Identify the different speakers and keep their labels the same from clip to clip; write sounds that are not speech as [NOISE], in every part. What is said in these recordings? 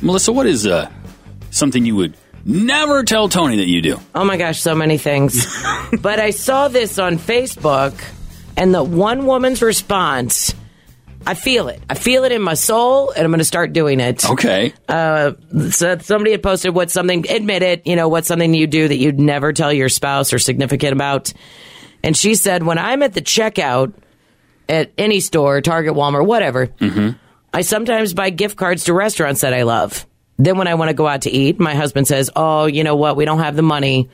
Speaker 1: Melissa, what is uh, something you would never tell Tony that you do?
Speaker 2: Oh my gosh, so many things. but I saw this on Facebook, and the one woman's response. I feel it. I feel it in my soul, and I'm going to start doing it.
Speaker 1: Okay.
Speaker 2: Uh, so somebody had posted what's something, admit it, you know, what's something you do that you'd never tell your spouse or significant about. And she said, when I'm at the checkout at any store, Target, Walmart, whatever, I sometimes buy gift cards to restaurants that I love. Then when I want to go out to eat, my husband says, oh, you know what? We don't have the money.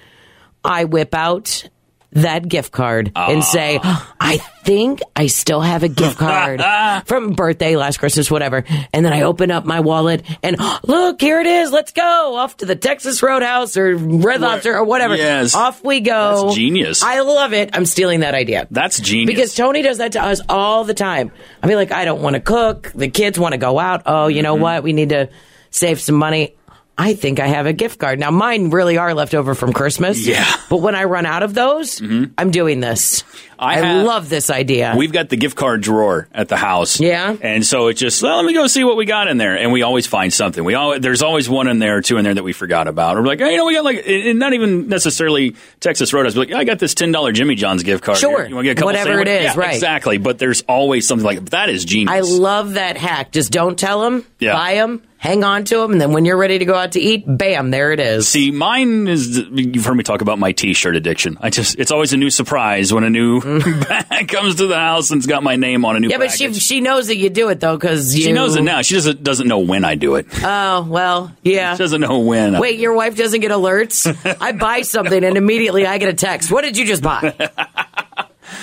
Speaker 2: I whip out that gift card and say, I think I still have a gift card from birthday, last Christmas, whatever. And then I open up my wallet and look, here it is. Let's go off to the Texas Roadhouse or Red Lobster or whatever.
Speaker 1: Yes.
Speaker 2: Off we go.
Speaker 1: That's genius.
Speaker 2: I love it. I'm stealing that idea.
Speaker 1: That's genius.
Speaker 2: Because Tony does that to us all the time. I mean, like, I don't want to cook. The kids want to go out. Oh, you
Speaker 1: Mm-hmm.
Speaker 2: know what? We need to save some money. I think I have a gift card. Now, mine really are left over from Christmas.
Speaker 1: Yeah. Mm-hmm.
Speaker 2: But when I run out of those, I'm doing this.
Speaker 1: I
Speaker 2: I,
Speaker 1: have-
Speaker 2: love this idea.
Speaker 1: We've got the gift card drawer at the house.
Speaker 2: Yeah.
Speaker 1: And so it's just, well, let me go see what we got in there. And we always find something. We always, there's always one in there or two in there that we forgot about. Or we're like, hey, you know, we got like, and not even necessarily Texas Roadhouse, but like, I got this $10 Jimmy John's gift card.
Speaker 2: Sure.
Speaker 1: You want to get a couple
Speaker 2: Whatever it
Speaker 1: sandwich-
Speaker 2: is,
Speaker 1: Yeah,
Speaker 2: right.
Speaker 1: Exactly. But there's always something like, that is genius.
Speaker 2: I love that hack. Just don't tell them,
Speaker 1: Yeah.
Speaker 2: buy them, hang on to them, and then when you're ready to go out to eat, bam, there it is.
Speaker 1: See, mine is you've heard me talk about my t-shirt addiction. I just it's always a new surprise when a new [LAUGHS] bag comes to the house and it's got my name on a new
Speaker 2: Mm. yeah, but she
Speaker 1: package.
Speaker 2: she knows that you do it though because
Speaker 1: she knows it now. She doesn't doesn't know when I do it.
Speaker 2: Oh well, yeah.
Speaker 1: She doesn't know when.
Speaker 2: Wait, your wife doesn't get alerts? I buy something and immediately I get a text. What did you
Speaker 1: [LAUGHS]
Speaker 2: just buy?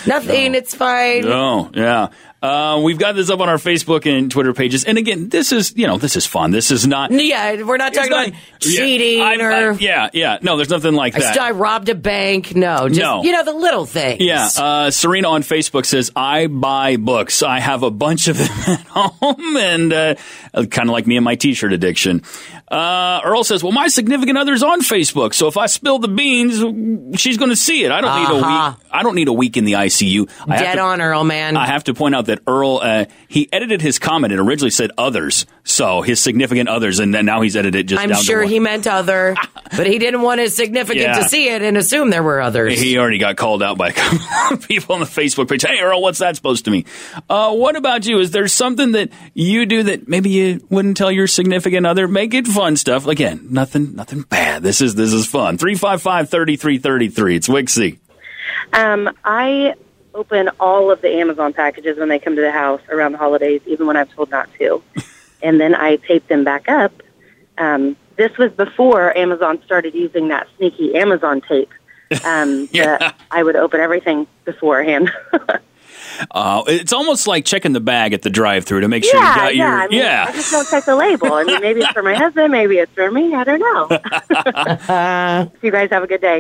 Speaker 2: Nothing. It's fine.
Speaker 1: Oh, yeah. Uh, we've got this up on our Facebook and Twitter pages. And again, this is you know this is fun. This is not
Speaker 2: Yeah, we're not
Speaker 1: it's
Speaker 2: talking
Speaker 1: not-
Speaker 2: about cheating
Speaker 1: yeah, I-
Speaker 2: or
Speaker 1: I- yeah, yeah. No, there's nothing like
Speaker 2: I,
Speaker 1: that.
Speaker 2: st- I robbed a bank. No, just
Speaker 1: No.
Speaker 2: you know the little things.
Speaker 1: Yeah, uh, Serena on Facebook says, "I buy books. I have a bunch of [LAUGHS] them at home, and uh, kind of like me and my T-shirt addiction." Uh, Earl says, "Well, my significant other's on Facebook, so if I spill the beans, she's going to see it. I don't need a
Speaker 2: Uh-huh.
Speaker 1: week. I don't need a week in the ICU. I have
Speaker 2: Dead
Speaker 1: to,
Speaker 2: on, Earl, man.
Speaker 1: I have to point out that Earl uh, he edited his comment. It originally said others, so his significant others, and then now he's edited it just.
Speaker 2: I'm
Speaker 1: down to
Speaker 2: sure
Speaker 1: one.
Speaker 2: he meant other, but he didn't want his significant
Speaker 1: Yeah.
Speaker 2: to see it and assume there were others.
Speaker 1: He already got called out by a couple [LAUGHS] of people on the Facebook page. Hey, Earl, what's that supposed to mean? Uh, what about you? Is there something that you do that maybe you wouldn't tell your significant other? Make it fun stuff. Again, nothing, nothing bad. This is this is fun. 355-3333. It's Wixie.
Speaker 3: Um, I open all of the Amazon packages when they come to the house around the holidays, even when I'm told not
Speaker 1: [LAUGHS]
Speaker 3: to. and then I tape them back up. Um, this was before Amazon started using that sneaky Amazon tape. Um,
Speaker 1: [LAUGHS] Yeah.
Speaker 3: that I would open everything beforehand. [LAUGHS]
Speaker 1: Uh, it's almost like checking the bag at the drive-through to make sure you
Speaker 3: yeah,
Speaker 1: got
Speaker 3: yeah.
Speaker 1: your
Speaker 3: I mean, I
Speaker 1: yeah.
Speaker 3: just don't check the label.
Speaker 1: [LAUGHS] [LAUGHS]
Speaker 3: I mean, maybe it's for my husband, maybe it's for me. I don't know. [LAUGHS] you guys have a good day.